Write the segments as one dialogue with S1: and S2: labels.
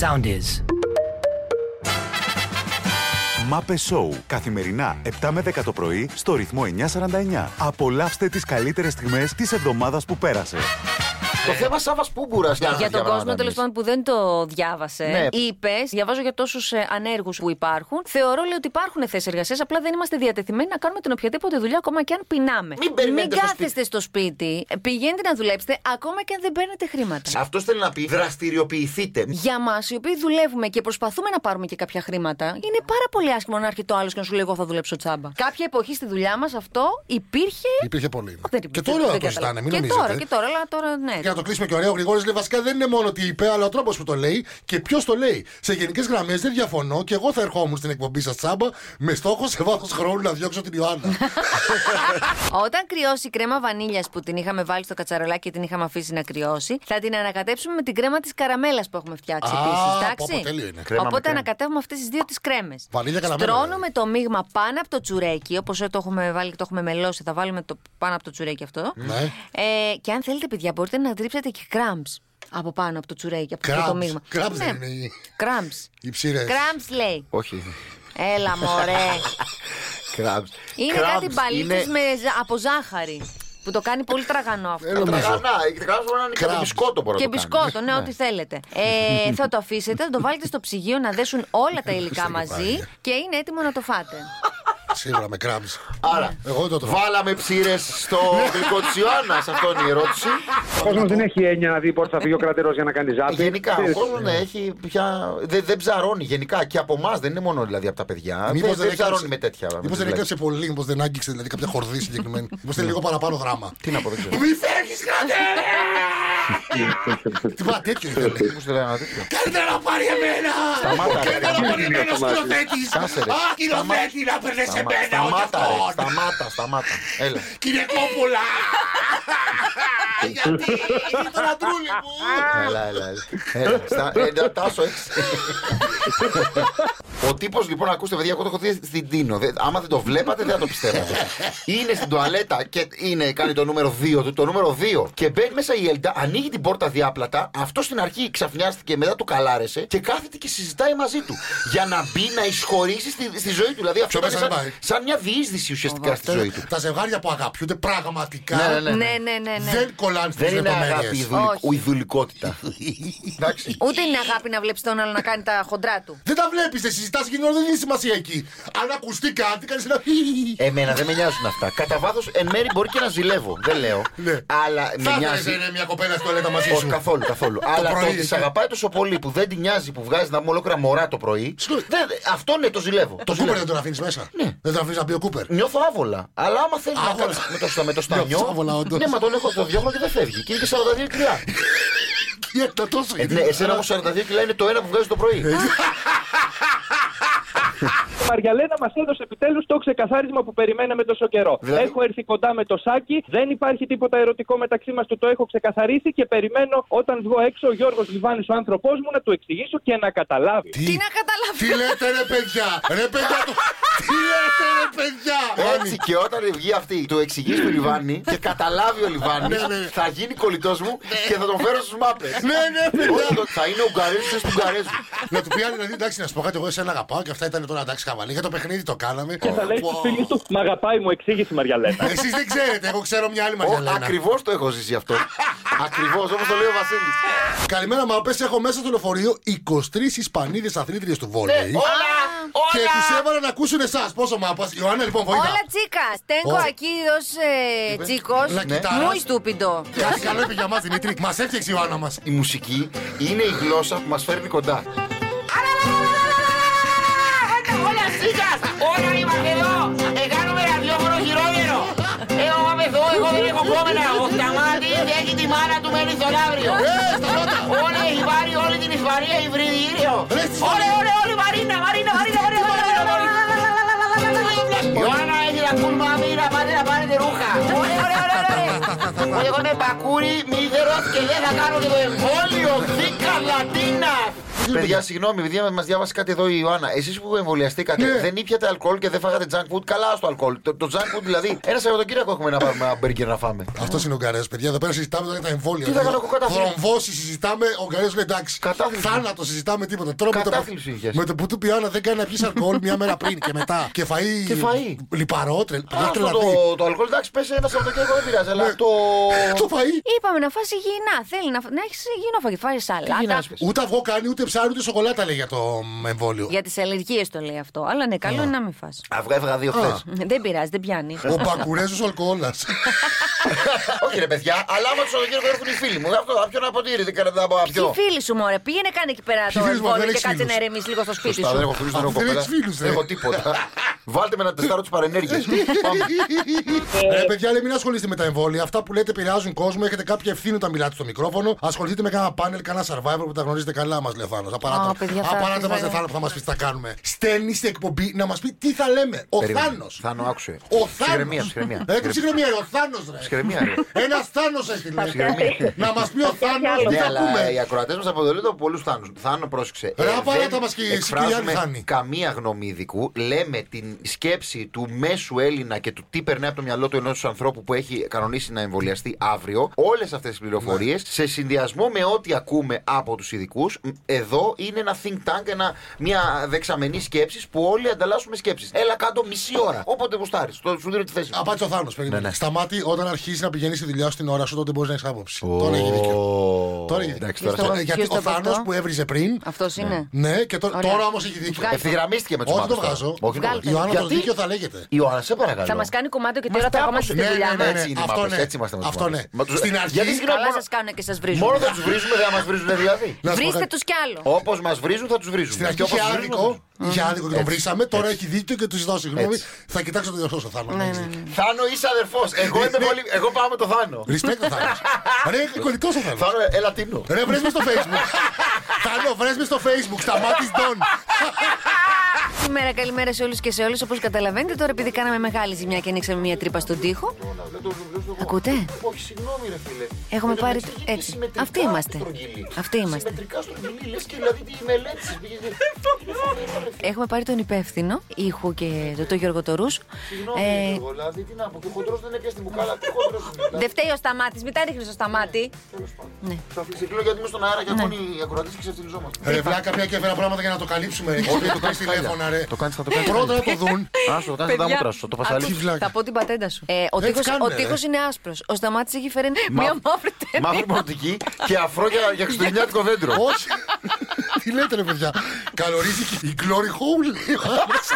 S1: Sound is.
S2: Μάπε Σόου. Καθημερινά 7 με 10 το πρωί στο ρυθμό 949. Απολαύστε τις καλύτερες στιγμές της εβδομάδας που πέρασε.
S3: Το θέμα Σάβας Πούμπουρα.
S4: Για τον κόσμο τέλος πάντων που δεν το διάβασε,
S3: Ναι.
S4: είπες: Διαβάζω για τόσους ανέργους που υπάρχουν. Θεωρώ λέει ότι υπάρχουν θέσεις εργασίας, απλά δεν είμαστε διατεθειμένοι να κάνουμε την οποιαδήποτε δουλειά ακόμα και αν πεινάμε.
S3: Μην περιμένετε στο
S4: κάθεστε στο σπίτι, ε, πηγαίνετε να δουλέψετε ακόμα και αν δεν παίρνετε χρήματα.
S3: Αυτό θέλει να πει δραστηριοποιηθείτε.
S4: Για μας, οι οποίοι δουλεύουμε και προσπαθούμε να πάρουμε και κάποια χρήματα, είναι πάρα πολύ άσχημο να έρχεται ο άλλος και να σου λέει: Εγώ θα δουλέψω τσάμπα. Κάποια εποχή στη δουλειά μας αυτό υπήρχε.
S5: Υπήρχε πολύ.
S4: Δεν
S5: Και
S4: υπήρχε, δεν
S5: τώρα το
S4: καταλαβα-
S5: ζητάνε, μην
S4: Και
S5: νομίζετε.
S4: τώρα, και τώρα, αλλά τώρα ναι.
S5: Για να το κλείσουμε και ωραίο, ο Γρηγόρης λέει βασικά δεν είναι μόνο τι είπε, αλλά ο τρόπος που το λέει και ποιος το λέει. Σε γενικές γραμμές δεν διαφωνώ και εγώ θα ερχόμουν στην εκπομπή σας τσάμπα με στόχο σε βάθος χρόνου να διώξω την Ιωάννα.
S4: Όταν κρυώσει η κρέμα βανίλιας που την είχαμε βάλει στο κατσαρολάκι και την είχαμε αφήσει να κρυώσει, θα την ανακατέψουμε με την κρέμα της καραμέλας που έχουμε φτιάξει
S5: Α,
S4: επίσης.
S5: πω, πω,
S4: Εντάξει.
S5: τέλειο είναι.
S3: Κρέμα με
S4: Οπότε
S3: κρέμα.
S4: ανακατεύουμε αυτές τις δύο τις κρέμες.
S5: Βανίλια καραμέλα,
S4: Στρώνουμε
S5: δηλαδή.
S4: το μείγμα πάνω από το τσουρέκι, όπως το έχουμε βάλει και το έχουμε μελώσει, θα βάλουμε το πάνω από το τσουρέκι αυτό.
S5: Ναι.
S4: Ε, και αν θέλετε, παιδιά, μπορείτε να τρίψετε και κράμπς από πάνω από το τσουρέκι, από αυτό το
S5: Κράμπς.
S4: μείγμα.
S5: Κράμπς δεν είναι οι-
S4: Κράμπς.
S5: Οι ψήρε.
S4: Κράμπς λέει.
S3: Όχι.
S4: Έλα, μωρέ.
S3: Κράμπ.
S4: Είναι κάτι μπαλίτσες με ζα- από ζάχαρη. Που το κάνει πολύ τραγανό αυτό.
S3: Τραγανά. Κράμπ μπορεί να είναι και το
S5: Κραπ.
S3: μπισκότο μπορεί
S4: Και
S3: να το κάνεις.
S4: μπισκότο, ναι, ό,τι θέλετε. Ε, θα το αφήσετε, θα το βάλετε στο ψυγείο να δέσουν όλα τα υλικά
S5: Χριστέ
S4: μαζί
S5: Παναγία.
S4: και είναι έτοιμο να το φάτε.
S5: Σίγουρα με κράμπ.
S3: Άρα,
S5: Εγώ το τρώω.
S3: βάλαμε ψήρες στο γλυκό της Ιωάννας. Αυτό είναι η ερώτηση.
S6: Ο κόσμος δεν έχει έννοια να δει πότε θα φύγει ο κρατήρο για να κάνει ζάπη.
S3: Γενικά, ο
S6: Ξέρεις,
S3: κόσμος έχει πια. Δεν, δεν ψαρώνει γενικά και από εμάς, δεν είναι μόνο δηλαδή από τα παιδιά.
S5: Μήπως
S3: δεν, δεν
S5: έκαψε-
S3: ψαρώνει με τέτοια. δηλαδή. με
S5: Μήπως δεν
S3: τις λέξεις.
S5: έκαψε πολύ, μήπως δεν άγγιξε δηλαδή κάποια χορδή συγκεκριμένη. Μήπως είναι λίγο παραπάνω δράμα.
S3: Τι να πω, δεν ξέρω.
S5: Μη φεύγεις, κρατέ! Τι πα, τέτοιο ήθελε.
S3: Μήπως θέλει ένα τέτοιο.
S5: Καλύτερα να πάρει εμένα!
S3: Σταμάτα, ρε.
S5: Καλύτερα να πάρει
S6: Τι είναι
S5: εμένα,
S6: αυτό, Μάκη?
S5: σκηνοθέτη!
S3: Κάσε, ρε.
S5: Α, σκηνοθέτη, να παίρνε
S3: Σταμά-
S5: εμένα, όχι
S3: Σταμάτα, ρε,
S5: αυτόν!
S3: σταμάτα, σταμάτα. Έλα.
S5: Κυριακόπουλα! Γιατί είναι το λατρούλι μου!
S3: Έλα, έλα, έλα. έλα. Στα- ε, τα- Τάσο, έτσι. Ο τύπος, λοιπόν, ακούστε, παιδιά, εγώ το έχω δει στην Τίνο. Δε- Άμα δεν το βλέπατε, δεν θα το πιστεύατε. Είναι στην τουαλέτα και είναι, κάνει το νούμερο 2 του, το νούμερο 2. Και μπαίνει μέσα η Έλτα, ανοίγει την πόρτα διάπλατα. Αυτό στην αρχή ξαφνιάστηκε, μετά του καλάρεσε και κάθεται και συζητάει μαζί του. Για να μπει να εισχωρήσει στη, στη ζωή του. Δηλαδή αυτό
S5: Πιο
S3: ήταν
S5: μέσα
S3: σαν,
S5: δεν πάει.
S3: σαν μια διείσδυση ουσιαστικά στη ζωή του.
S5: Τα ζευγάρια που αγαπιούνται πραγματικά
S3: Ναι, ναι, ναι.
S4: Ναι, ναι, ναι, ναι.
S5: Ε, δεν κολλάνε στι
S3: Δεν είναι αγάπη, η
S5: λεπτομέρειε.
S3: δουλικ-
S4: Όχι.
S3: η δουλικότητα. Εντάξει.
S4: Ούτε είναι αγάπη να βλέπεις τον άλλο να κάνει τα χοντρά του.
S5: Δεν τα βλέπεις, δεν συζητά και δεν είναι σημασία εκεί. Αν ακουστεί κάτι, κάνεις ένα. χι.
S3: Εμένα δεν με νοιάζουν αυτά. Κατά βάθος, εν μέρη μπορεί και να ζηλεύω. Δεν λέω.
S5: Ναι.
S3: Αλλά Ε, με
S5: Θα
S3: νοιάζει.
S5: ήθελε μια κοπέλα στο λέτα μαζί
S3: Όχι,
S5: σου.
S3: καθόλου, καθόλου. Αλλά το
S5: πρωί,
S3: ότι
S5: εκεί.
S3: σε αγαπάει τόσο πολύ που δεν την νοιάζει που βγάζει να μου ολόκληρα μωρά το πρωί.
S5: Συγγνώμη.
S3: δεν- δεν- αυτό ναι, το ζηλεύω.
S5: Το Κούπερ
S3: ζηλεύω.
S5: δεν τον αφήνεις μέσα.
S3: Ναι.
S5: Δεν τον αφήνεις να μπει ο Κούπερ.
S3: Νιώθω άβολα. Αλλά άμα θέλεις να
S5: Άβολα.
S3: κάνεις με το, στα- με το
S5: Νιώθεις
S3: στανιό.
S5: άβολα, όντως.
S3: ναι, μα τον έχω το διώχνω και δεν φεύγει. Και είναι και 42 κιλά.
S5: Για το τόσο.
S3: Ε, ναι, εσένα όμως 42 κιλά είναι το ένα που βγάζει το πρωί.
S5: Ε, ναι.
S6: Η Ε, Μαριαλένα μας έδωσε επιτέλους το ξεκαθάρισμα που περιμέναμε τόσο καιρό.
S3: Δηλαδή?
S6: Έχω έρθει κοντά με το σάκι, δεν υπάρχει τίποτα ερωτικό μεταξύ μας, του το έχω ξεκαθαρίσει και περιμένω όταν βγω έξω ο Γιώργος Λιβάνης, ο άνθρωπός μου, να του εξηγήσω και να καταλάβει.
S4: Τι να καταλάβω.
S5: Τι λέτε ρε παιδιά! Ρε παιδιά! το- Τι λέτε ρε παιδιά!
S3: Έτσι και όταν βγει αυτή, του εξηγείς του Λιβάνι και καταλάβει ο Λιβάνι,
S5: Ναι, ναι.
S3: θα γίνει κολλητός μου και θα τον φέρω στους μάπες.
S5: Ναι, ναι,
S3: Ε, Όχι,
S5: παιδιά!
S3: το- θα είναι Ουγγαρέζο του Ουγγαρέζου.
S5: Να του πει άλλη, δηλαδή, εντάξει, να σου πω κάτι, εγώ εσένα αγαπάω και αυτά ήταν τώρα εντάξει, χαβαλή. Για το παιχνίδι το κάναμε.
S6: Και θα λέει στου φίλου του, Μ' αγαπάει, μου εξήγησε η Μαριαλένα.
S5: Εσείς δεν ξέρετε, εγώ ξέρω μια άλλη Μαριαλένα.
S3: Ακριβώς το έχω ζήσει αυτό. Ακριβώς όπως το λέει ο Βασίλης.
S5: Καλημέρα, Μαπέ. Έχω μέσα στο λεωφορείο 23 Ισπανίδες αθλήτριες του βόλεϊ. Και τους έβαλα να ακούσουν εσάς. Πόσο μάπα. Ιωάννα, λοιπόν, βοήθεια.
S4: Όλα τσίκα. Στέγκο ε,
S5: Όλα.
S4: ακεί ω τσίκο.
S5: Να κοιτάρας.
S4: Μου στούπιντο.
S5: Κάτι καλό είπε για μα, Δημήτρη. Μας έφτιαξε η Ιωάννα μας.
S3: Η μουσική είναι η γλώσσα που μας φέρνει κοντά.
S7: Hola chicas, hola Imagedó, Εγάνομαι ραδιόφωνο χειρότερο. Εγώ είμαι εδώ, εγώ δεν έχω κόμενα. Ο Σταμάτης έχει τη μάνα του μένει στον αύριο. Όλοι έχει πάρει όλη την Ισπανία η Βρυδίριο.
S5: Ρε, στη
S7: Όλε,
S5: Ισπανία.
S7: όλε, όλε, Μαρίνα, Μαρίνα, Μαρίνα, Μαρίνα, Μαρίνα, Μαρίνα. Ιωάννα έχει τα κούλμα, μοίρα, πάτε να πάρετε ρούχα. Όλε, όλε, όλε, όλε. Εγώ είμαι μπακούρι, μηδερός και δεν θα κάνω και το εμβόλιο. Θήκα Λατίνα.
S5: εσείς, ρε
S3: Παιδιά,
S5: παιδιά.
S3: συγγνώμη, επειδή μας διάβασε κάτι εδώ η Ιωάννα. Εσείς που εμβολιαστήκατε,
S5: Ναι.
S3: δεν ήπιατε αλκοόλ και δεν φάγατε junk food. Καλά στο αλκοόλ. Το, το junk food, δηλαδή, ένα Σαββατοκύριακο έχουμε να πάρουμε ένα μπέργκερ να φάμε.
S5: Αυτός είναι ο Ουγγαρέα, παιδιά. Εδώ πέρα συζητάμε τώρα για τα εμβόλια.
S3: Τι θα κάνω εγώ, κατάθλιψη.
S5: Θρομβώσεις συζητάμε, ο Ουγγαρέα λέει εντάξει.
S3: Κατάθλιψη.
S5: Θάνατο συζητάμε τίποτα. Τρώμε το
S3: Κατάθλιψη είχες.
S5: Με το που του πει Άννα δεν κάνει να πιεις αλκοόλ μια μέρα πριν και μετά. Και φαΐ
S3: Και φαΐ.
S5: Λιπαρό, τρελ. παιδιά,
S3: Αυτό
S5: τρελαθεί.
S3: το, το αλκοόλ, εντάξει, πες ένα Σαββατοκύριακο δεν πειράζει, αλλά το.
S5: Το φαΐ.
S4: Είπαμε να φάσει υγιεινά. Θέλει να, φ- να έχεις υγιεινό φαγητό. Φάει σαλάτα.
S3: γυρνάς, πες.
S5: Ούτε αυγό κάνει, ούτε ψάρι, ούτε σοκολάτα λέει για το εμβόλιο.
S4: Για τις αλλεργίες το λέει αυτό. Αλλά ναι, καλό είναι να μην φας.
S3: Αυγά έφαγα δύο χθε.
S4: Ε, Δεν πειράζει, δεν πιάνει.
S5: Ο Μπακουρέζος Αλκοόλας.
S3: Όχι ρε παιδιά, αλλά άμα το Σαββατοκύριακο έρθουν οι φίλοι μου. Αυτό θα πιω ένα ποτήρι, δεν κάνω να πάω να
S4: Ποιοι
S3: πιω.
S4: φίλοι σου, μωρέ, πήγαινε κάνε εκεί πέρα το
S5: Ποιοι φίλοι σου, μα,
S4: εμβόλιο
S5: δεν
S4: και
S5: έχεις
S4: κάτσε να
S5: φίλους.
S4: ερεμεί λίγο στο σπίτι
S3: Σωστά, δεν έχω
S4: σου.
S3: φίλου,
S5: Α,
S3: δεν έχω
S5: δεν
S3: κοπέλα.
S5: έχεις φίλους,
S3: Δεν
S5: ρε.
S3: έχω τίποτα. Βάλτε με να τεστάρω τις παρενέργειες.
S5: Ε, Ρε παιδιά, λέει, μην ασχολείστε με τα εμβόλια. Αυτά που λέτε επηρεάζουν κόσμο. Έχετε κάποια ευθύνη όταν μιλάτε στο μικρόφωνο. Ασχοληθείτε με κανένα πάνελ, κανένα survivor που τα γνωρίζετε καλά, μας λέει ο Θάνος.
S4: Α, παιδιά, θα-
S5: Απαράτε μα,
S4: θα-
S5: δεν θα θα μας πεις τι θα κάνουμε. Στέλνει στην εκπομπή να μας πει τι θα λέμε. Ο Θάνος.
S3: Θάνο, άκουσε.
S5: Ο
S3: Συγγνωμία,
S5: Θάνο.
S3: συγγνωμία.
S5: Έκρυψε συγγνωμία, ρε, ο Θάνος, ρε.
S3: Συγγνωμία, ρε.
S5: Ένας Θάνος έστειλε.
S3: Συγγνωμία.
S5: Να μας πει ο Θάνος τι
S3: Ναι,
S5: θα
S3: αλλά οι
S5: πούμε.
S3: ακροατές μας αποδελούνται από πολλούς θάνους. Θάνο, πρόσεξε. Ε,
S5: Ρε, απαράτα
S3: δεν
S5: μας και οι
S3: εκφράζουμε
S5: συγκεκριμένοι θάνοι.
S3: καμία γνώμη ειδικού. Λέμε την σκέψη του μέσου Έλληνα και του τι περνάει από το μυαλό του ενός ανθρώπου που έχει κανονίσει να εμβολιαστεί αύριο. Όλες αυτές τις πληροφορίες
S5: Ναι.
S3: σε συνδυασμό με ό,τι ακούμε από τους ειδικούς, εδώ είναι ένα think tank, ένα, μια δεξαμενή σκέψης που όλοι ανταλλάσσουμε σκέψεις. Έλα κάτω μισή ώρα. Όποτε γουστάρεις. Το- Σου δίνω τη θέση. μου.
S5: Απάντησε ο Θάνος.
S3: Ναι, ναι.
S5: Σταμάτη όταν αρχίσει να πηγαίνεις στη δουλειά σου την ώρα σου, τότε μπορείς να έχεις άποψη. Τώρα έχει δίκιο. Τώρα έχει
S3: Εντάξει,
S5: δίκιο.
S3: τώρα
S4: Ποιος το-
S5: Γιατί
S4: ποιος
S5: ο
S4: το απαντώ?
S5: Θάνο που έβριζε πριν.
S4: Αυτός είναι.
S5: Ναι, και τώρα,
S4: Ωραία.
S5: τώρα όμως έχει δίκιο.
S4: Βγάλτε.
S3: Ευθυγραμμίστηκε με τους
S5: Όχι, το βγάζω.
S3: Όχι, το
S4: Βγάλτε.
S5: Η
S3: βγάζω.
S5: Ιωάννα το
S3: Γιατί-
S5: δίκιο θα λέγεται.
S3: Ιωάννα, σε παρακαλώ.
S4: Θα μας κάνει κομμάτι και
S3: Μας
S4: τώρα θα
S3: τα
S4: ακόμα στη
S3: άκουσε.
S5: Ναι,
S4: δουλειά
S5: ναι, ναι,
S4: μας.
S5: ναι.
S3: Έτσι είναι
S5: Αυτό
S3: μάπες,
S5: ναι.
S3: έτσι είμαστε με τους
S5: Αυτό
S3: μάπες.
S5: ναι.
S3: Μα τους-
S5: Στην αρχή-
S3: Γιατί συγγνώμη,
S4: Καλά
S3: μόνο-
S4: σα κάνουν και σας
S3: Μόνο
S4: βρίζουν.
S3: θα τους βρίζουμε, δεν θα μας βρίζουν δηλαδή.
S5: Να σου πω
S4: Βρίστε
S5: κάτι.
S4: τους κι άλλο.
S3: Όπως μας βρίζουν, θα τους βρίζουμε.
S5: Στην αρχή
S3: Και όπως
S5: είχε
S3: τους βρίζουμε,
S5: άδικο, είχε άδικο και τον
S3: Έτσι.
S5: βρήσαμε, τώρα έχει δίκιο και τους ζητάω συγγνώμη.
S3: Έτσι.
S5: Θα κοιτάξω τον εαυτό σου, Θάνο.
S4: Ναι,
S5: έχεις
S4: ναι,
S5: δίκιο.
S3: θα τους- Θάνο, είσαι αδερφός. Εγώ είμαι πολύ. Εγώ πάω με το Θάνο.
S5: Respect, ο Θάνος. Ρε, κολλητό ο Θάνος.
S3: Θάνο, έλα τίμνο.
S5: Ρε, βρες με στο facebook. Θάνο, βρες με στο facebook, σταμάτης Ντόν.
S4: Καλημέρα, καλημέρα σε όλους και σε όλες. Όπως καταλαβαίνετε, τώρα επειδή κάναμε μεγάλη ζημιά και ανοίξαμε μία τρύπα στον τοίχο. Ακούτε? Όχι, συγγνώμη, ρε φίλε. Έχουμε πάρει. Έτσι. Αυτοί είμαστε. Αυτοί είμαστε.
S3: δηλαδή
S4: Έχουμε πάρει τον υπεύθυνο ήχου και το, το Γιώργο Τορούς. Ε,
S3: Δηλαδή, τι να πω, και ο χοντρός δεν έπιασε τη μπουκάλα. Τι χοντρός είναι.
S4: δεν φταίει ο Σταμάτης, μην τα ρίχνεις ο Σταμάτη. Ναι.
S3: Θα φυσικλώ γιατί είμαι στον αέρα και ακούνε οι ακροατές και ξεφτυλιζόμαστε.
S5: Ρε, βλάκα πια και έφερα πράγματα για να το καλύψουμε. Έχεις
S3: Λοιπόν. Όχι,
S5: δίκιο,
S3: το κάνεις
S5: παίρνεις τηλέφωνα, ρε.
S3: χάλια. Το κάνεις, θα το κάνεις
S5: Πρώτα να
S3: χάλια.
S5: το δουν.
S3: Άσο, το κάνεις τα μούτρας σου, το
S4: άκου,
S3: πασαλί.
S5: βλάκα.
S4: θα πω την πατέντα σου. Ε, ο
S5: Έτσι
S4: τείχος,
S5: κάνουμε,
S4: ο
S5: ρε.
S4: τείχος είναι άσπρος. Ο Σταμάτης έχει φέρει μία μαύρη ταινία.
S3: Μαύρη πορτική και αφρό για για χριστουγεννιάτικο δέντρο.
S5: Όχι. Τι λέτε, ρε παιδιά. Καλορίζηκε η Glory Hole, λέει ο Άννας.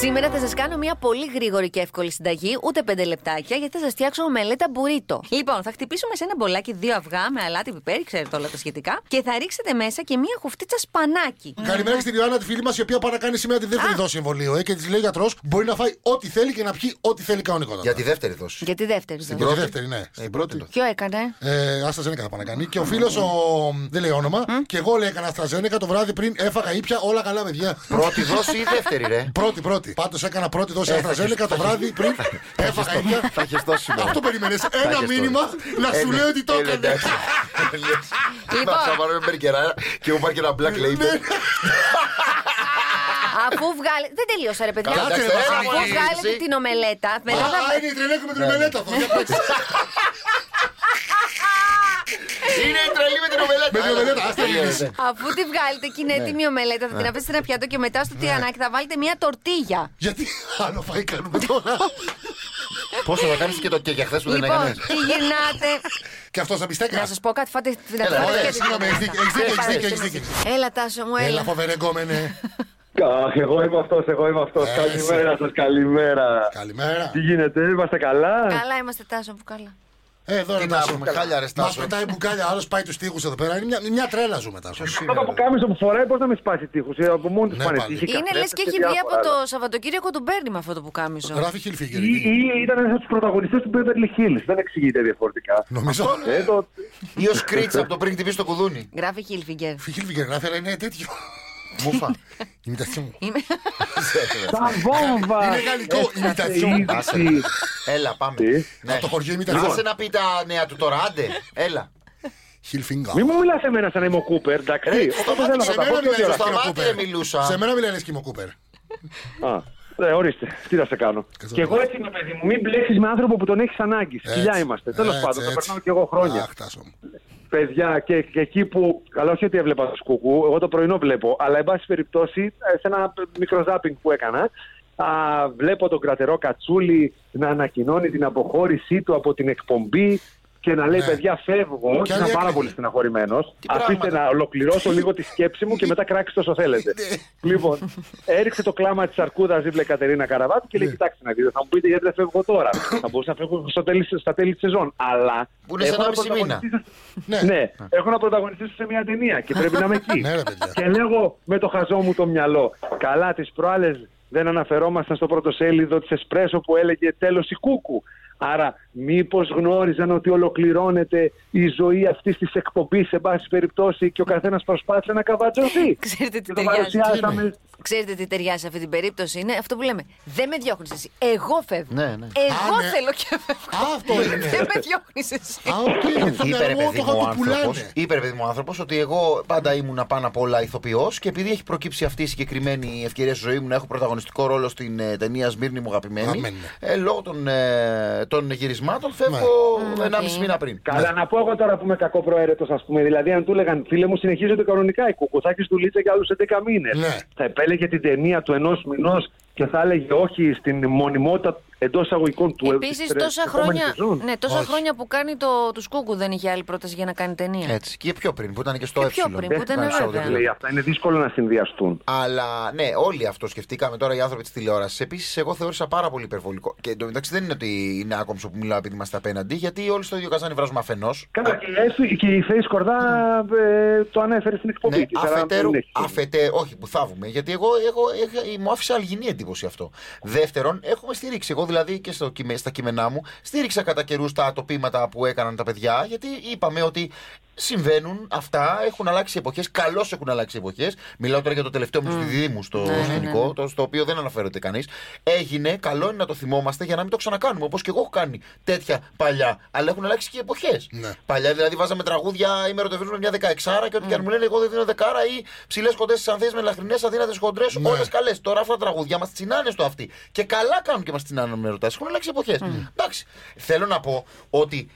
S4: Σήμερα θα σας κάνω μια πολύ γρήγορη και εύκολη συνταγή, ούτε πέντε λεπτάκια, γιατί θα σας φτιάξω μελέτα μπουρίτο. Λοιπόν, θα χτυπήσουμε σε ένα μπολάκι δύο αυγά με αλάτι, πιπέρι, ξέρετε όλα τα σχετικά, και θα ρίξετε μέσα και μια χουφτίτσα σπανάκι.
S5: Καλημέρα και στην Ιωάννα, τη φίλη μας, η οποία πάει να κάνει σήμερα τη δεύτερη δόση εμβολίου. Ε, και της λέει γιατρός: Μπορεί να φάει ό,τι θέλει και να πιει ό,τι θέλει κανονικότατα.
S3: Για τη δεύτερη δόση.
S4: Για τη δεύτερη δόση.
S5: Για τη
S3: πρώτη.
S5: δεύτερη, ναι.
S3: Ε, Η πρώτη.
S4: Ποιο έκανε.
S5: Ε, AstraZeneca θα πάει να κάνει. Και ο φίλος, ο... δεν λέει όνομα, και εγώ λέει έκανα AstraZeneca το βράδυ πριν, έφαγα ήπια όλα καλά, παιδιά.
S3: Πρώτη δόση ή δεύτερη, ρε.
S5: πρώτη, πρώτη. Πάντως έκανα πρώτη δόση
S3: Ε,
S5: AstraZeneca το βράδυ πριν, έφαγα ήπια.
S3: Θα έχει δώσει μόνο.
S5: Αυτό περιμένει. Ένα μήνυμα να σου
S3: Ε,
S5: λέει ότι το έκανε.
S3: Λοιπόν. Θα πάρω ένα μπέρκερα και μου πάρει και ένα
S5: Ναι.
S3: black label.
S4: Αφού βγάλε. Δεν τελείωσα, ρε παιδιά.
S3: Καλά,
S5: εντάξει,
S4: Αφού
S5: έλα,
S4: βγάλετε
S3: μωρή, εσύ.
S4: την ομελέτα,
S5: Α,
S4: μετά θα.
S5: α, είναι η τρελέκο με
S3: Ναι,
S5: την μελέτα αυτό. Για παίξε.
S3: Είναι η τρελή με την Ε, ομελέτα.
S5: Με την ομελέτα, ας τα λύνεις.
S4: Αφού τη βγάλετε και είναι
S5: Ναι.
S4: έτοιμη η ομελέτα, θα την αφήσετε ένα πιάτο και μετά στο τυρανάκι θα βάλετε μια τορτίγια.
S5: Γιατί άλλο φάει κάνουμε τώρα.
S3: ε. Πόσο θα κάνεις και το και για χθες που δεν
S4: Λοιπόν,
S3: έκανες.
S4: τη γυρνάτε.
S5: Και αυτός θα πιστέκα.
S4: Να σας πω κάτι, φάτε την
S3: Έλα,
S4: αφήνω
S3: ωραία,
S4: και
S5: Ωραία,
S4: τη-
S5: συγγνώμη, έχεις δίκιο, έχεις δίκιο, έχεις δίκιο, έχεις δίκιο.
S4: Έλα, Τάσο μου,
S5: Έλα,
S4: έλα.
S5: φοβερέ γκόμενε.
S1: Αχ, εγώ είμαι αυτός, εγώ είμαι αυτός.
S5: Ε,
S1: Καλημέρα σας, καλημέρα.
S5: Καλημέρα.
S1: Τι γίνεται, είμαστε καλά.
S4: Καλά είμαστε, Τάσο μου, καλά.
S5: Ε, εδώ ρε
S3: να
S5: Τάσο.
S3: πούμε, χάλια, ρε,
S5: Μας
S3: Στάσο.
S5: πετάει μπουκάλια, άλλος πάει τους τείχους εδώ πέρα. Είναι μια, μια τρέλα ζούμε Τάσο.
S1: Αυτό το πουκάμισο που φοράει πώς να με σπάσει τείχους. Από μόνη της
S5: Ναι,
S1: πάνε
S5: πάλι.
S1: τείχη.
S4: Είναι λες και έχει βγει από το Σαββατοκύριακο του Μπέρνι με αυτό το που κάμιζο.
S5: Γράφει χιλφίγκερ.
S1: Ή, ή ήταν ένας από τους πρωταγωνιστές του Beverly Hills. Δεν εξηγείται διαφορετικά.
S5: Νομίζω.
S1: Ε, το...
S3: Ή ο Σκρίτσα από το πριν χτυπήσει το κουδούνι.
S4: Γράφει Χίλφιγκερ.
S5: Χιλφίγκερ γράφει, αλλά είναι τέτοιο. Μούφα. Imitación.
S4: Είμαι...
S6: Τα βόμβα!
S5: Είναι γαλλικό. Imitación.
S3: Άσε. Έλα, πάμε.
S1: Τι?
S3: Ναι.
S5: Από το χωριό
S3: Άσε
S5: Imitación.
S3: να πει τα νέα του τώρα, άντε. Έλα.
S5: Χιλφιγκά.
S1: Μη μου μιλάς εμένα σαν να είμαι ο Κούπερ,
S3: Ρε,
S5: Ε,
S1: εντάξει. Όταν θέλω
S3: σταμάτη, σε
S1: να τα πω
S3: μένα
S1: και
S3: μιλάει,
S1: ώρα.
S3: στο σταμάτη δεν μιλούσα.
S5: Σε μένα μιλάει Σκύμο Κούπερ.
S1: Α, ε, ορίστε, τι να σε κάνω.
S5: Κάτσε
S1: Και
S5: να
S1: εγώ
S5: δω.
S1: έτσι είμαι παιδί μου, μην μπλέξεις με άνθρωπο που τον έχεις ανάγκη. Σκυλιά
S5: Έτσι,
S1: είμαστε. Τέλος
S5: έτσι,
S1: πάντων, θα
S5: έτσι.
S1: περνάω κι εγώ χρόνια.
S5: Αχ, τάσο μου.
S1: Παιδιά, και, και εκεί που. Καλά, όχι ότι έβλεπα το σκουκού, εγώ το πρωινό βλέπω. Αλλά, εν πάση περιπτώσει, ε, σε ένα μικρό ζάπινγκ που έκανα, α, βλέπω τον κρατερό Κατσούλη να ανακοινώνει την αποχώρησή του από την εκπομπή και να λέει:
S5: Ναι.
S1: Παιδιά, φεύγω.
S5: Και άλλη
S1: Ήμουν πάρα
S5: έκλαιγε.
S1: πολύ στεναχωρημένος.
S3: πράγματα.
S1: Αφήστε να ολοκληρώσω λίγο τη σκέψη μου και μετά κράξτε όσο θέλετε. λοιπόν, έριξε το κλάμα της αρκούδας δίπλα Κατερίνα Καραβάτου και λέει: Κοιτάξτε να δείτε, θα μου πείτε γιατί δεν φεύγω τώρα. θα μπορούσα να φεύγω στο τέλη, στα τέλη της σεζόν. Αλλά.
S3: Που είναι σε
S1: έχω να
S3: ένα μισή μήνα.
S1: πρωταγωνιστήσω-
S5: Ναι.
S1: ναι, έχω να πρωταγωνιστήσω σε μια ταινία και πρέπει να είμαι εκεί.
S5: Ναι, ρε παιδιά.
S1: και λέγω με το χαζό μου το μυαλό. Καλά, τις προάλλες δεν αναφερόμασταν στο πρώτο σέλιδο της Εσπρέσο που έλεγε τέλος η κούκου. Άρα, μήπως γνώριζαν ότι ολοκληρώνεται η ζωή αυτής της εκπομπής, σε πάση περιπτώσει, και ο καθένας προσπάθησε να καβατζωθεί.
S4: Ξέρετε τι
S1: και το
S4: ταιριάζει.
S1: παρουσιάσαμε.
S4: Ξέρετε τι ταιριάζει σε αυτή την περίπτωση είναι αυτό που λέμε. Δεν με διώχνεις εσύ. Εγώ φεύγω.
S3: Ναι, ναι.
S4: Εγώ
S5: Α, ναι.
S4: θέλω και φεύγω.
S5: Α, αυτό είναι.
S4: Δεν με διώχνεις εσύ.
S5: Α, οκ. Στο
S3: Είπε ρε
S5: μυαλό
S3: παιδί
S5: το
S3: μου ο άνθρωπος.
S5: πουλάνε.
S3: Είπε ρε παιδί μου ο άνθρωπος ότι εγώ πάντα ήμουν πάνω απ' όλα ηθοποιός και επειδή έχει προκύψει αυτή η συγκεκριμένη ευκαιρία στη ζωή μου να έχω πρωταγωνιστικό ρόλο στην ε, ταινία Σμύρνη μου αγαπημένη.
S5: Αμήν.
S3: Ε, λόγω των, ε, των γυρισμάτων φεύγω
S4: Ναι.
S3: 1,5
S4: Οκ.
S3: μήνα πριν.
S1: Καλά, να πω εγώ τώρα που είμαι κακό προαίρετο, ας πούμε. Δηλαδή, αν του έλεγαν φίλε μου, συνεχίζεται κανονικά η κουκουθάκη του Λίτσα για άλλους 11 μήνες.
S5: Ναι.
S1: Θα επέλεγε την ταινία του ενός μηνός και θα έλεγε όχι στην μονιμότητα εντός εισαγωγικών του
S4: Επίση,
S1: της
S4: τόσα
S1: επόμενης
S4: χρόνια,
S1: σεζόν.
S4: ναι, τόσα
S5: Όχι.
S4: χρόνια που κάνει το, του Σκούκου δεν είχε άλλη πρόταση για να κάνει ταινία.
S5: Ε,
S3: Έτσι. Και πιο πριν που ήταν και στο
S4: Και
S3: ε.
S4: πιο πριν, που ήταν,
S3: Ήταν στο
S4: βέβαια.
S3: Audible.
S1: Λέει, αυτά είναι δύσκολο να συνδυαστούν.
S3: Αλλά ναι, όλοι αυτό σκεφτήκαμε τώρα οι άνθρωποι της τηλεόρασης. Επίσης, εγώ θεώρησα πάρα πολύ υπερβολικό. Και εντωμεταξύ δεν είναι ότι είναι άκομψο που μιλάω επειδή είμαστε απέναντι, γιατί όλοι στο ίδιο καζάνι βράζουμε αφενός.
S1: Καλά, και, η Εύη- και η Φέης Σκορδά ε, το ανέφερε στην εκπομπή
S3: Ναι,
S1: της, αλλά
S3: αφετέρου,
S1: δεν έχει.
S3: αφετέ, όχι που θαύουμε, γιατί εγώ, εγώ, έχα- μου άφησε αλγινή εντύπωση αυτό. Δεύτερον, έχουμε στηρίξει. Εγώ δηλαδή και στο, κειμε- στα κείμενά μου στήριξα κατά καιρούς τα τοπήματα που έκαναν τα παιδιά, γιατί είπαμε ότι συμβαίνουν αυτά, έχουν αλλάξει εποχές, καλώς έχουν αλλάξει εποχές. Μιλάω τώρα για το τελευταίο μου στη Δήμου στο
S4: Ναι, ναι, ναι.
S3: σκηνικό, το, στο οποίο δεν αναφέρεται κανείς. Έγινε, καλό είναι να το θυμόμαστε για να μην το ξανακάνουμε. Όπως και εγώ έχω κάνει τέτοια παλιά, αλλά έχουν αλλάξει και οι εποχές.
S5: Ναι.
S3: Παλιά δηλαδή βάζαμε τραγούδια, είμαι ερωτευμένος με μια δεκαεξάρα και ό,τι και αν μου λένε, εγώ δεν δίνω δεκάρα ή ψηλές κοντές στις ανθέ με λαχρινές, αδύνατες χοντρές,
S5: Ναι.
S3: όλες καλές. Τώρα αυτά τα τραγούδια μας τσινάνε στο αυτή. Και καλά κάνουν και μας τσινάνε, αν με ρωτά. Έχουν αλλάξει εποχές. Εντάξει. Θέλω να πω ότι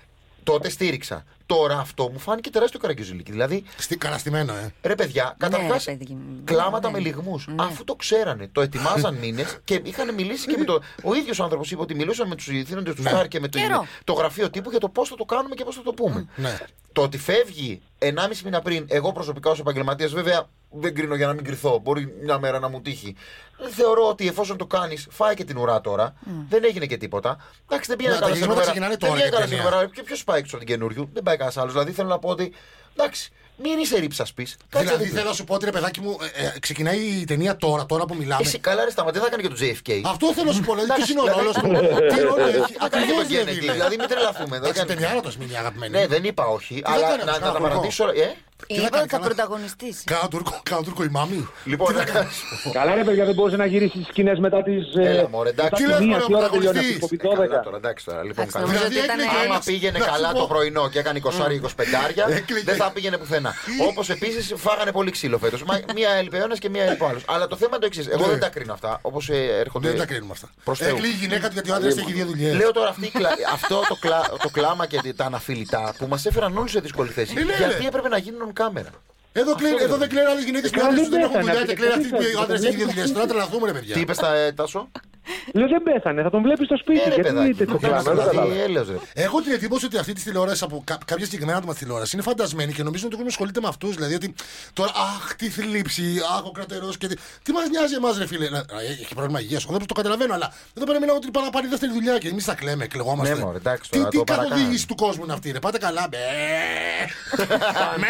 S3: τότε στήριξα. Τώρα αυτό μου φάνηκε τεράστιο καραγκιουζιλίκι. Δηλαδή,
S5: Στη Καναστημένο, ε.
S3: ρε παιδιά, καταρχά
S4: Ναι, ρε παιδί μου,
S3: κλάματα
S4: ναι.
S3: με λιγμού. Αφού το ξέρανε, το ετοιμάζαν μήνες και είχαν μιλήσει και με το. Ο ίδιος άνθρωπος είπε ότι μιλούσαν με τους ηθήνοντες τους Σταρ και με το,
S4: Ναι. Καιρό.
S3: το γραφείο τύπου για το πώς θα το κάνουμε και πώς θα το πούμε.
S5: Ναι.
S3: Το ότι φεύγει 1,5 μήνα πριν, εγώ προσωπικά ως επαγγελματίας, βέβαια δεν κρίνω για να μην κρυθώ. Μπορεί μια μέρα να μου τύχει. Θεωρώ ότι εφόσον το κάνεις, φάει και την ουρά τώρα. Δεν έγινε και τίποτα. Εντάξει, δεν πήγαινε
S5: Ναι, τα
S3: καλά στην
S5: γυρίσματα
S3: ουρά.
S5: ξεκινάνε
S3: Δεν
S5: τώρα
S3: πήγαινε
S5: για
S3: καλά στην
S5: ταινία.
S3: ουρά. Και Ε, ποιο πάει έξω από την καινούριου. Δεν πάει κανένας άλλος. Δηλαδή θέλω να πω ότι. Εντάξει, μην είσαι ρήψας πεις.
S5: Δηλαδή θέλω να σου πω ότι ρε παιδάκι μου, ε, ε, ξεκινάει η ταινία τώρα, τώρα που μιλάμε.
S3: Εσύ καλά, ρε σταματή, θα έκανε και το JFK.
S5: Αυτό θέλω να σου πω, δηλαδή ποιος είναι ο
S3: δηλαδή-
S5: ρόλος του. Τι ρόλο έχει.
S3: Θα έκανε και
S5: Ακριβώς
S3: το
S5: δηλαδή.
S3: Kennedy. Δηλαδή μην τρελαθούμε. δεν
S5: Εντάξει,
S3: έκανε.
S5: ταινιάρα το είναι αγαπημένη.
S3: Ναι, δεν είπα όχι, αλλά
S5: έκανε,
S3: να- να τα
S5: κανένα
S3: παρατήσω. ε.
S5: Τι να
S4: Είπα
S5: κάνει,
S4: ότι θα
S5: καλά.
S4: πρωταγωνιστείς.
S5: Κάνα τουρκο, κάνα τουρκο η μάμη.
S3: Λοιπόν, να
S1: Καλά, ρε παιδιά, δεν μπορούσε να γυρίσεις τις σκηνές μετά τις.
S3: Έλα, μωρέ, εντάξει.
S5: Τι λες, μωρέ,
S1: τι ώρα τελειώνει αυτή
S5: πρωταγωνιστής.
S1: η εκπομπή,
S3: Καλά
S1: 12.
S3: τώρα, εντάξει τώρα, λοιπόν.
S4: Εντάξει,
S3: καλά.
S4: νομίζω ότι
S5: Δηλαδή
S4: ήταν
S5: έκλαιγε
S4: ένας.
S3: Άμα
S5: ένας-
S3: πήγαινε
S5: να σου
S3: καλά
S5: πω. Ε,
S3: το πρωινό και έκανε 20-25,
S5: Έκλαιγε.
S3: δεν θα πήγαινε πουθενά. Όπως επίσης φάγανε πολύ ξύλο φέτος. Μία ελπαιώνα και μία έλπο άλλος. Αλλά το θέμα είναι το εξής. Εγώ
S5: Ναι.
S3: δεν τα κρίνω αυτά. Όπως έρχονται.
S5: Δεν τα κρίνουμε αυτά.
S3: Προς Θεού. Λοιπόν,
S5: Έκλει η γυναίκα του γιατί ο άντρας έχει δύο δουλειές.
S3: Λέω τώρα αυτή, η κλα- αυτό το, κλα- το κλάμα και τα αναφιλητά που μας έφεραν όλους σε δύσκολη θέση.
S5: Ναι, ναι,
S3: γιατί
S5: ναι.
S3: έπρεπε να γίνουν κάμερα.
S5: Εδώ, κλαίει-
S3: Αυτό
S5: εδώ
S3: είναι.
S5: δεν κλαίνουν άλλες γυναίκες που οι
S1: Καλά,
S5: άντρες τους
S1: δεν
S5: δεν έχουν
S1: πέθανε,
S5: δουλειά και
S1: αυτή
S5: κλαίνουν
S1: η
S5: αυτή που οι
S1: κοπέλα.
S5: άντρες έχει δύο δουλειές. Τώρα τρελαθούμε ρε παιδιά.
S3: Τι είπες, τα- ε, Τάσο.
S1: Λέω δεν πέθανε, θα τον βλέπει στο σπίτι.
S3: Ε, ρε,
S1: Γιατί
S3: παιδάκι.
S1: είναι το κλάμα, δεν κατάλαβα.
S3: Δηλαδή, έλεος, ρε.
S5: Έχω την εντύπωση ότι αυτή τη τηλεόραση από κα- κάποια συγκεκριμένα άτομα τη τηλεόραση είναι φαντασμένη και νομίζω ότι ο κόσμο ασχολείται με αυτούς. Δηλαδή ότι τώρα, αχ, τι θλίψη, αχ, ο κρατερός και τι. Τι μας νοιάζει εμάς, ρε φίλε. Να- α, ε, Έχει πρόβλημα υγείας. Εγώ δεν το καταλαβαίνω, αλλά εδώ πέρα μιλάω ότι πάνε να πάρει δεύτερη δουλειά και εμείς τα κλαίμε, κλεγόμαστε.
S3: Ναι, μωρέ, εντάξει,
S5: τι
S3: τώρα,
S5: τι
S3: το παρακάνω.
S5: καθοδήγηση του κόσμου είναι αυτή, ρε. Πάτε καλά, μπε. Μπε.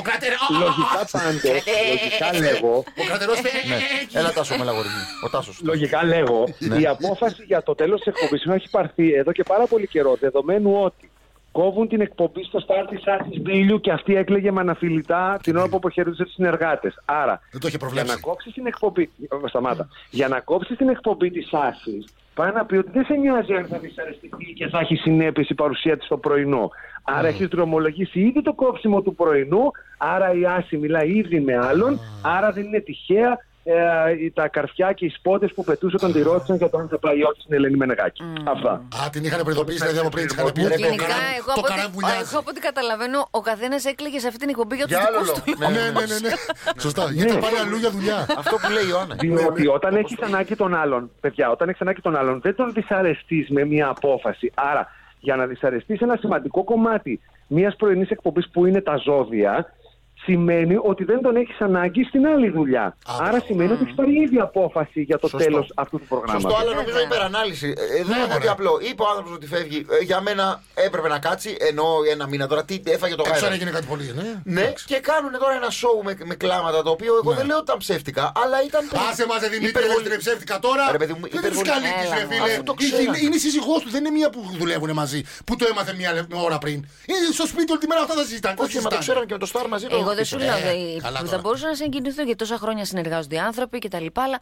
S5: Ο κρατερός.
S1: Λογικά πάντω, λογικά λέγω,
S5: Ο κρατερό.
S3: Έλα, Τάσο, με λαγορίζει. Ο Τάσος.
S1: λογικά λέγω, η απόφαση για το τέλος της εκπομπής να έχει πάρθει εδώ και πάρα πολύ καιρό, δεδομένου ότι Κόβουν την εκπομπή στο στάρ τη Άση Μπίλιου και αυτή έκλαιγε με αναφιλητά την ώρα που αποχαιρετούσε τους συνεργάτες. Άρα,
S5: Δεν το είχε
S1: για
S5: προβλέψει.
S1: να κόψεις την εκπομπή. Ε, Σταμάτα. Για να κόψεις την εκπομπή της Άση, πάει να πει ότι δεν σε νοιάζει αν θα δυσαρεστηθεί και θα έχει συνέπειες η παρουσία της στο πρωινό. Άρα έχεις δρομολογήσει ήδη το κόψιμο του πρωινού, άρα η Άση μιλάει ήδη με άλλον, άρα δεν είναι τυχαία ε, τα καρφιά και οι σπότες που πετούσε όταν τη ρώτησαν για το αν θα πάει ή όχι στην Ελένη Μενεγάκη. Αυτά.
S5: Α, την είχαν προειδοποιήσει δηλαδή από πριν. Την είχαν πει. ρε, το
S4: Γενικά,
S5: καρα-
S4: εγώ
S5: το
S4: από, ό,τι,
S5: καραβουλιάζει.
S4: εγώ από ό,τι καταλαβαίνω, ο καθένας έκλαιγε σε αυτή την εκπομπή για του
S3: Για άλλο
S4: δικούς
S3: λόγο.
S4: του.
S5: Ναι, ναι, ναι, ναι, ναι. Σωστά. Γιατί θα πάρει αλλού για δουλειά.
S3: Αυτό που λέει η Ναι, Ιωάννα.
S1: Διότι όταν έχεις ανάγκη τον άλλον, παιδιά, όταν έχεις ανάγκη τον άλλον, δεν τον δυσαρεστείς με μία απόφαση. Άρα, για να δυσαρεστείς ένα σημαντικό κομμάτι μιας πρωινής εκπομπής που είναι τα ζώδια, σημαίνει ότι δεν τον έχεις ανάγκη στην άλλη δουλειά. Άρα σημαίνει ότι έχει πάρει ήδη απόφαση για το
S3: Σωστό.
S1: τέλος αυτού του προγράμματος.
S3: Σωστό, αλλά νομίζω υπερανάλυση. Ε, ε, Δεν είναι κάτι απλό. Είπε ο άνθρωπος ότι φεύγει. Ε, Για μένα έπρεπε να κάτσει, ενώ ένα μήνα τώρα τι έφαγε το
S5: Έξω αν
S3: γάιδαρο.
S5: έγινε κάτι πολύ, ναι.
S3: Ναι, και κάνουν τώρα ένα σοου με, με κλάματα το οποίο εγώ δεν λέω ότι ήταν ψεύτικα, αλλά ήταν.
S5: Άσε μας, ρε Δημήτρη,
S3: υπερβολη-
S5: δεν την ψεύτηκα τώρα.
S3: Ρε, παιδί μου,
S5: δεν είναι τη
S3: υπερβολη-
S5: καλή
S4: Έλα,
S5: ρε
S4: μα.
S5: φίλε.
S3: Αφού το
S5: Η
S3: ξέρανε.
S5: γυ- Είναι η σύζυγός του, δεν είναι μία που δουλεύουν μαζί. Που το έμαθε μία λε- ώρα πριν. Είναι στο σπίτι όλη τη μέρα αυτά τα συζητάνε. τα
S3: Όχι, μα το
S5: συζητάνε.
S3: ξέραμε και με το Σταρ μαζί. το
S4: Εγώ δεν σου
S3: χτίσαμε.
S4: λέω.
S5: Ε,
S4: δε-
S5: καλά
S4: που
S5: τώρα.
S4: θα μπορούσα να συγκινηθώ γιατί τόσα χρόνια συνεργάζονται οι άνθρωποι και τα λοιπά, αλλά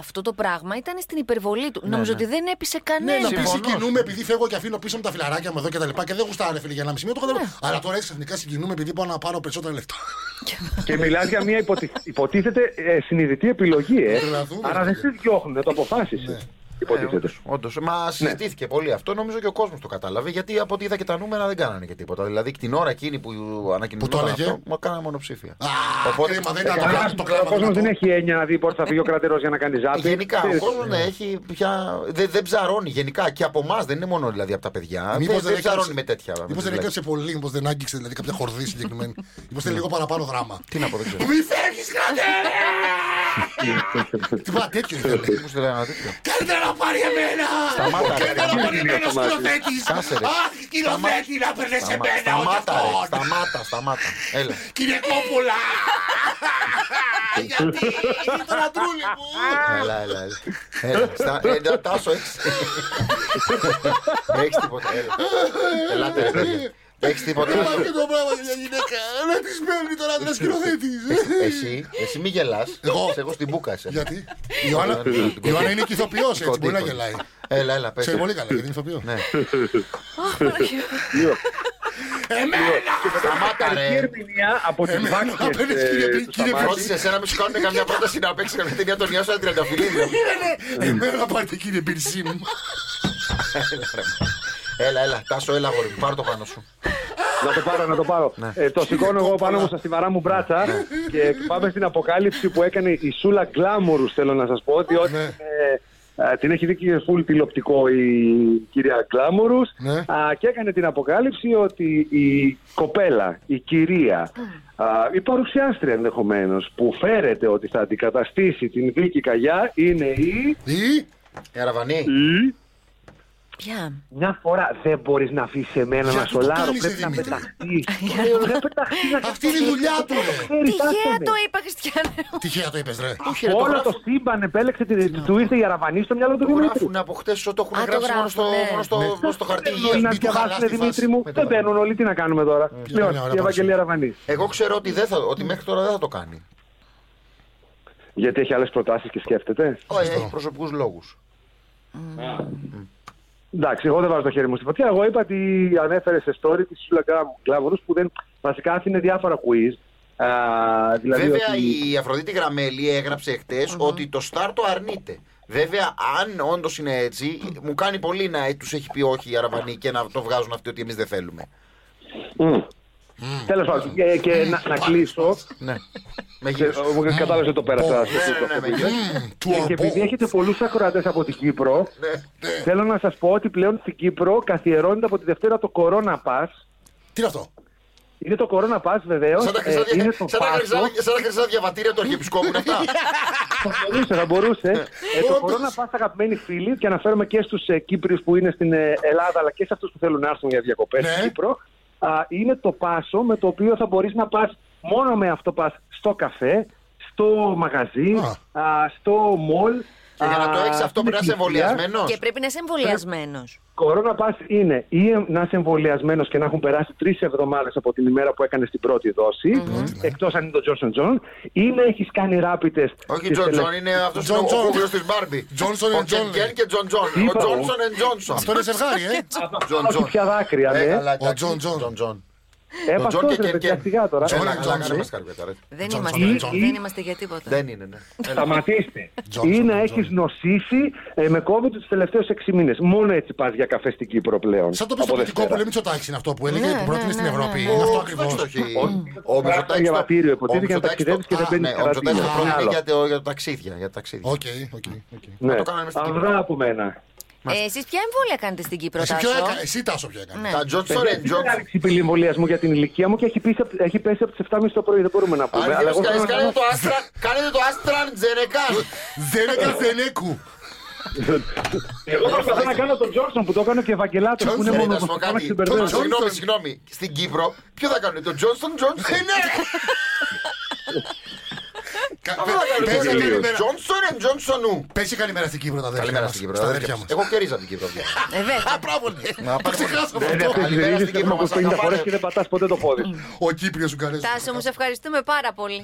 S4: αυτό το πράγμα ήταν στην υπερβολή του. Νομίζω ότι δεν έπεισε
S5: Ναι, να
S4: κανένα.
S5: πει
S3: συμφωνώ.
S5: συγκινούμε επειδή φεύγω και αφήνω πίσω μου τα φιλαράκια μου εδώ και τα λοιπά και δεν γουστάω ρε φίλε για ένα μισή μήνα, το καταλαβαίνω. Αλλά τώρα έτσι ξαφνικά συγκινούμε επειδή πάω να πάρω περισσότερα λεφτά.
S1: Και μιλάς για μια υποτι... υποτίθεται ε, συνειδητή επιλογή, ε.
S5: Τρελαθούμε.
S1: Άρα δεν σε διώχνουν, το αποφάσισες.
S3: Ναι.
S1: Υποτίθεται.
S3: Όντω. Ε, Μα συζητήθηκε πολύ αυτό. Νομίζω και ο κόσμος το κατάλαβε. Γιατί από ό,τι είδα και τα νούμερα δεν κάνανε και τίποτα. Δηλαδή την ώρα εκείνη που ανακοινωνόταν
S5: έλεγε.
S3: αυτό, μα κάνανε μονοψήφια.
S5: Α,
S3: Οπότε- ε,
S5: κρίμα, δεν ήταν το
S1: Καλά,
S5: κλάμα- το κλάμα.
S1: ο κόσμος
S5: δυνατό.
S1: δεν έχει έννοια να δει πότε θα φύγει ο κρατερό για να κάνει ζάπη.
S3: ε,
S1: Ε,
S3: Γενικά, ο
S1: Ξέρεις.
S3: κόσμο έχει πια. Δεν, δεν ψαρώνει γενικά και από εμάς, δεν είναι μόνο δηλαδή από τα παιδιά.
S5: Μήπως
S3: δεν, δεν
S5: έκλεψε-
S3: ψαρώνει με τέτοια. δηλαδή. με
S5: Μήπως δεν
S3: τις
S5: έκλεψε πολύ, μήπως δεν άγγιξε δηλαδή κάποια χορδή συγκεκριμένη. Μήπως θέλει λίγο παραπάνω δράμα.
S3: Ναι. Τι να πω, δεν ξέρω.
S5: Μη φεύγεις κρατέ! Τι πα, τέτοιο ήθελε.
S3: Μήπως θέλει ένα τέτοιο.
S5: Καλύτερα να πάρει εμένα!
S3: Σταμάτα, ρε.
S5: Καλύτερα να πάρει εμένα σκηνοθέτης!
S3: Κάσε, ρε.
S5: Αχ, σκηνοθέτη να παίρνες
S3: Σταμά-
S5: εμένα, όχι
S3: Σταμάτα, ρε.
S5: αυτόν!
S3: Σταμάτα, σταμάτα. Έλα.
S5: Κύριε Κόπουλα! Γιατί, είναι το λατρούλι μου!
S3: Έλα, έλα, έλα. έλα. Στα, ε, να- τάσο, έχεις... έχεις τίποτα, έλα. Ελάτε, ρε, παιδιά. Έχεις τίποτα.
S5: Υπάρχει το πράγμα για μια γυναίκα. Να της παίρνει τον άντρα σκηνοθέτη.
S3: Εσύ, εσύ μη γελάς.
S5: Εγώ.
S3: Σε Εγώ στην μπουκα είσαι.
S5: Γιατί η Ιωάννα, η Ιωάννα είναι και ηθοποιός έτσι, μπορεί να γελάει.
S3: Έλα, έλα, πες.
S5: Ξέρει πολύ καλά, γιατί είναι ηθοποιό.
S3: Ναι.
S5: Εμένα!
S3: Σταμάτα,
S1: Η
S3: ρε.
S1: ερμηνεία από τις
S5: Εμένα!
S1: βάσκες,
S5: Απέναντι
S1: ε,
S5: κύριε
S1: του
S5: κύριε
S1: Σταμάτη.
S3: Ρώτησε εσένα, μη σου κάνουν καμιά πρόταση να παίξεις καμιά ταινία τον Ιάσο Τριανταφυλλίδη.
S5: Εμένα πάρτε κύριε Πυρσί μου.
S3: Έλα, έλα, τάσο, έλα, γόρι μου, πάρ' το πάνω σου.
S1: Να το πάρω, να το πάρω.
S5: Ναι.
S1: Ε, το σηκώνω εγώ πάνω μου στα στιβαρά μου μπράτσα και πάμε στην αποκάλυψη που έκανε η Σούλα Γκλάμουρους. Θέλω να σας πω, διότι
S5: Ναι.
S1: ε, ε, την έχει δει και φουλ τηλεοπτικό η κυρία Γκλάμουρους.
S5: Ναι.
S1: Και έκανε την αποκάλυψη ότι η κοπέλα, η κυρία, α, η παρουσιάστρια ενδεχομένως που φέρεται ότι θα αντικαταστήσει την Βίκη Καγιά είναι η.
S5: Ή
S3: Ε, Αραβανή.
S1: η-
S4: Πια.
S1: Μια φορά δεν μπορείς να αφήσεις εμένα
S5: Γιατί
S1: να
S5: το
S1: σολάρω.
S5: κάνεις,
S1: Πρέπει
S5: ρε,
S1: να
S5: Δημήτρη?
S1: πεταχτείς. Πρέπει να πεταχτείς να
S5: αυτή είναι η δουλειά του. ρε.
S1: ξέρει,
S4: Τυχαία
S1: άσε με.
S4: το είπα, Χριστιανέ.
S5: Τυχαία το είπες ρε.
S1: Όλο το σύμπαν επέλεξε, τη- του ήρθε η Αραβανή στο μυαλό του
S3: Το
S1: Δημήτρη.
S3: γράφουν από χτε το έχουν
S4: Α, το
S3: γράψει μόνο στο,
S4: γράφουν, ναι.
S3: μόνο στο, μόνο στο χαρτί
S1: Δεν μπορεί
S3: υγείας.
S1: να
S5: μην του χαλάς
S1: διαβάσουν,
S5: τη
S1: Δημήτρη
S5: φάση.
S1: μου.
S3: Με το
S1: Δεν
S3: βάζω.
S1: παίρνουν όλοι, τι να κάνουμε τώρα. Λοιπόν,
S5: Μια ώρα
S1: η Ευαγγελία
S5: πάμε.
S1: Αραβανή.
S3: Εγώ ξέρω ότι, δεν θα, ότι μέχρι τώρα δεν θα το κάνει.
S1: Γιατί έχει άλλες προτάσεις και σκέφτεται.
S3: Όχι, Ε, έχει προσωπικούς λόγους.
S1: Εντάξει, εγώ δεν βάζω το χέρι μου στην φωτιά. Εγώ είπα ότι ανέφερε σε story τη Σούλα Κλάβορου που δεν βασικά άφηνε διάφορα quiz. Α, δηλαδή
S3: Βέβαια,
S1: ότι...
S3: η Αφροδίτη Γραμμέλη έγραψε χτες ότι το Σταρ το αρνείται. Βέβαια, αν όντως είναι έτσι, μου κάνει πολύ να τους έχει πει όχι οι Αραβανοί και να το βγάζουν αυτοί ότι εμείς δεν θέλουμε.
S1: Τέλος πάντων, και, και να, να κλείσω.
S3: Ναι. Με
S1: Και-
S3: γύρω.
S1: ο- Κατάλαβε ότι το πέρασα. στο
S3: Ναι,
S1: τούτο.
S3: ναι, με γύρω.
S5: Του
S1: Και επειδή
S5: αμπό.
S1: έχετε πολλούς ακροατές από την Κύπρο,
S3: Ναι,
S1: θέλω να σας πω ότι πλέον στην Κύπρο καθιερώνεται από τη Δευτέρα το Corona Pass.
S5: Τι είναι αυτό.
S1: Είναι το Corona Pass, βεβαίως.
S3: Σαν τα χρυσά δια-
S1: Ε, είναι το
S3: σαν τα χρυσά-
S1: πάσο.
S3: σαν τα χρυσά διαβατήρια του Αρχιεπισκόπου είναι αυτά.
S1: Θα μπορούσε, θα μπορούσε. ε, το Corona Pass, αγαπημένοι φίλοι, και αναφέρομαι και στους ε, Κύπριους που είναι στην ε, Ελλάδα, αλλά και σε αυτούς που θέλουν να έρθουν για διακοπές
S5: Ναι.
S1: στην Κύπρο. Α, είναι το πάσο με το οποίο θα μπορείς να πας μόνο με αυτό πας στο καφέ, στο μαγαζί,
S5: Α.
S1: α, στο μολ.
S3: Και για να το έχεις αυτό πρέπει να είσαι εμβολιασμένος.
S4: Και πρέπει να είσαι εμβολιασμένος.
S1: Κορώνα Pass είναι ή ε, να είσαι εμβολιασμένος και να έχουν περάσει τρεις εβδομάδες από την ημέρα που έκανες την πρώτη δόση,
S3: ναι.
S1: εκτός αν είναι το Johnson John, ή να έχεις κάνει rapid test.
S3: Όχι
S1: τις
S3: Τζον
S1: τελε-
S3: Τζον, είναι αυτός
S5: Τζον
S3: ο
S5: Τζον.
S3: κούκλο της Μπάρμπι.
S5: Τζόνσον
S3: Ο
S5: and Τζόνσον.
S3: Κεν Κεν και Τζον Τζον.
S1: Τι
S3: Ο
S1: είπα εγώ?
S3: Τζόνσον and Τζόνσον.
S5: Αυτό είναι ζευγάρι, ε.
S3: Τζον
S1: Όχι πια δάκρυα,
S3: Ε,
S1: ναι.
S3: καλά,
S5: Ο
S3: εντάξει,
S5: Τζον Τζον.
S3: Τζον. Ο
S1: Έπα
S3: Τζον και
S1: αυτό, ρε
S3: Κεν
S1: παιδιά,
S3: Κεν.
S1: σιγά τώρα.
S5: Τζον
S1: Έλα,
S5: and
S1: ρε.
S5: Τζον.
S3: Τζον,
S5: Τζον.
S3: Τζον. μας καλύπτεται, ρε.
S4: Δεν
S5: Ε, Τζον,
S4: είμαστε,
S5: Τζον,
S4: για-
S5: Τζον.
S4: δεν είμαστε για τίποτα.
S3: Δεν είναι, ναι. Έλα.
S1: Σταματήστε.
S5: Τζόνσον,
S1: Ή να
S5: Τζόνσον.
S1: έχει νοσήσει ε, με COVID τους τελευταίους 6 μήνες. Μόνο έτσι πας για καφέ στην Κύπρο πλέον.
S5: Σαν το
S1: Από
S5: πιστοποιητικό
S1: Δευτέρα.
S5: που λέμε Τσοτάκη είναι αυτό που έλεγε
S4: Ναι,
S5: που πρότεινε
S4: ναι,
S5: στην
S4: ναι,
S5: Ευρώπη.
S4: ναι.
S5: Είναι αυτό
S3: Ο-
S5: ακριβώς.
S3: εντάξει, το έχει. Ο
S1: Πράξτε
S3: Μητσοτάκης το-
S1: διαβατήριο, υποτίθεται,
S3: ο
S1: για να
S3: Μητσοτάκης
S1: ταξιδεύεις
S3: το-
S1: και δεν
S3: Α,
S1: παίρνεις
S3: ναι, Ο
S1: καραντίνα.
S3: Μητσοτάκης το
S1: Άλλο.
S3: πρότεινε για το- για το ταξίδια. Για τα ταξίδια.
S5: Οκ, οκ, οκ.
S1: Ναι.
S3: το κάνανε μες στην Κύπρο.
S1: Αυρά από μένα.
S4: Ε, Εσείς ποια εμβόλια κάνετε στην Κύπρο,
S5: Εσύ ποιο
S4: Τάσο.
S5: έκανε, εσύ τάσο ποιο έκανες.
S4: Ναι.
S3: Τα Τζόνσον
S1: Παιδιά,
S3: and
S1: Δεν
S3: Τζόνσον.
S1: άρχισε η πύλη εμβολιασμού για την ηλικία μου και έχει πέσει, απ- έχει πέσει από τι 7.30 το πρωί. Δεν μπορούμε να πούμε.
S3: Αργύρος,
S1: Αλλά εγώ
S3: κάνεις-
S1: θέλω να
S3: κάνετε
S1: κάνω-
S3: το Άστρα- Κάνετε το Άστραν Τζενεκάν.
S5: Δεν έκανε Φενέκου.
S1: Εγώ προσπαθώ να κάνω τον Τζόρσον που το έκανε και Ευαγγελάτος που είναι
S5: Τζόνσον,
S1: μόνο
S3: ε, Να σου πω κάτι.
S1: που
S3: Τον-
S1: μπερδεύω.
S3: Συγγνώμη, συγγνώμη. Στην Κύπρο, ποιο θα κάνουν, τον Τζόνσον Τζόνσον.
S5: Πέσει καλημέρα.
S3: Τζόνσον and Τζόνσονου.
S5: Πέσει καλημέρα στην Κύπρο, τα αδέρφια.
S3: Καλημέρα
S5: μας,
S3: στην Κύπρο.
S5: Στα
S3: αδέρφια
S5: αδέρφια
S3: μας.
S5: μας.
S3: Εγώ και ρίζα από την Κύπρο.
S4: Ε, βέβαια.
S5: Α, μπράβο, ναι.
S3: Να
S5: Το
S3: πάρουμε-
S5: ξεχάσαμε
S1: Είναι
S5: αυτό.
S1: αυτές οι
S3: Καλημέρα
S1: ρίζες
S3: ε, στην
S1: και έχουν
S3: Κύπρο, μας
S1: 50 φορές
S3: αγαπάνε.
S1: και δεν πατάς ποτέ το πόδι. σου.
S5: Ο Κύπριος Ουγγαρέζο.
S4: Τάσο, μου σε ευχαριστούμε πάρα πολύ.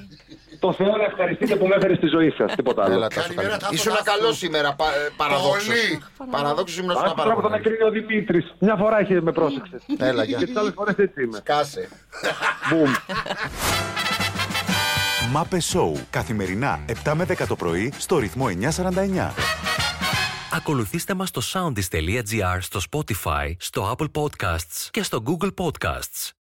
S1: Το Θεό να ευχαριστείτε που με έφερε στη ζωή σας, τίποτα άλλο.
S3: Έλα, Τάσο,
S5: Καλημέρα,
S3: καλημέρα.
S5: Τάσο,
S3: Ήσουν
S5: Τάσο.
S3: καλό σήμερα, παραδόξως.
S5: Πολύ.
S3: Παραδόξως ήμουν
S1: Άκου
S3: ένα
S1: τώρα που τον
S3: παραδόξο.
S1: εκρίνει ο Δημήτρης. Μια φορά είχε με πρόσεξε.
S3: Έλα,
S1: Και τις
S3: γεια.
S1: άλλες φορές έτσι είμαι.
S3: Κάσε.
S1: Μπούμ.
S2: Μάπε Σόου. Καθημερινά 7 με 10 το πρωί στο ρυθμό 949.
S8: Ακολουθήστε μας στο soundis.gr, στο Spotify, στο Apple Podcasts και στο Google Podcasts.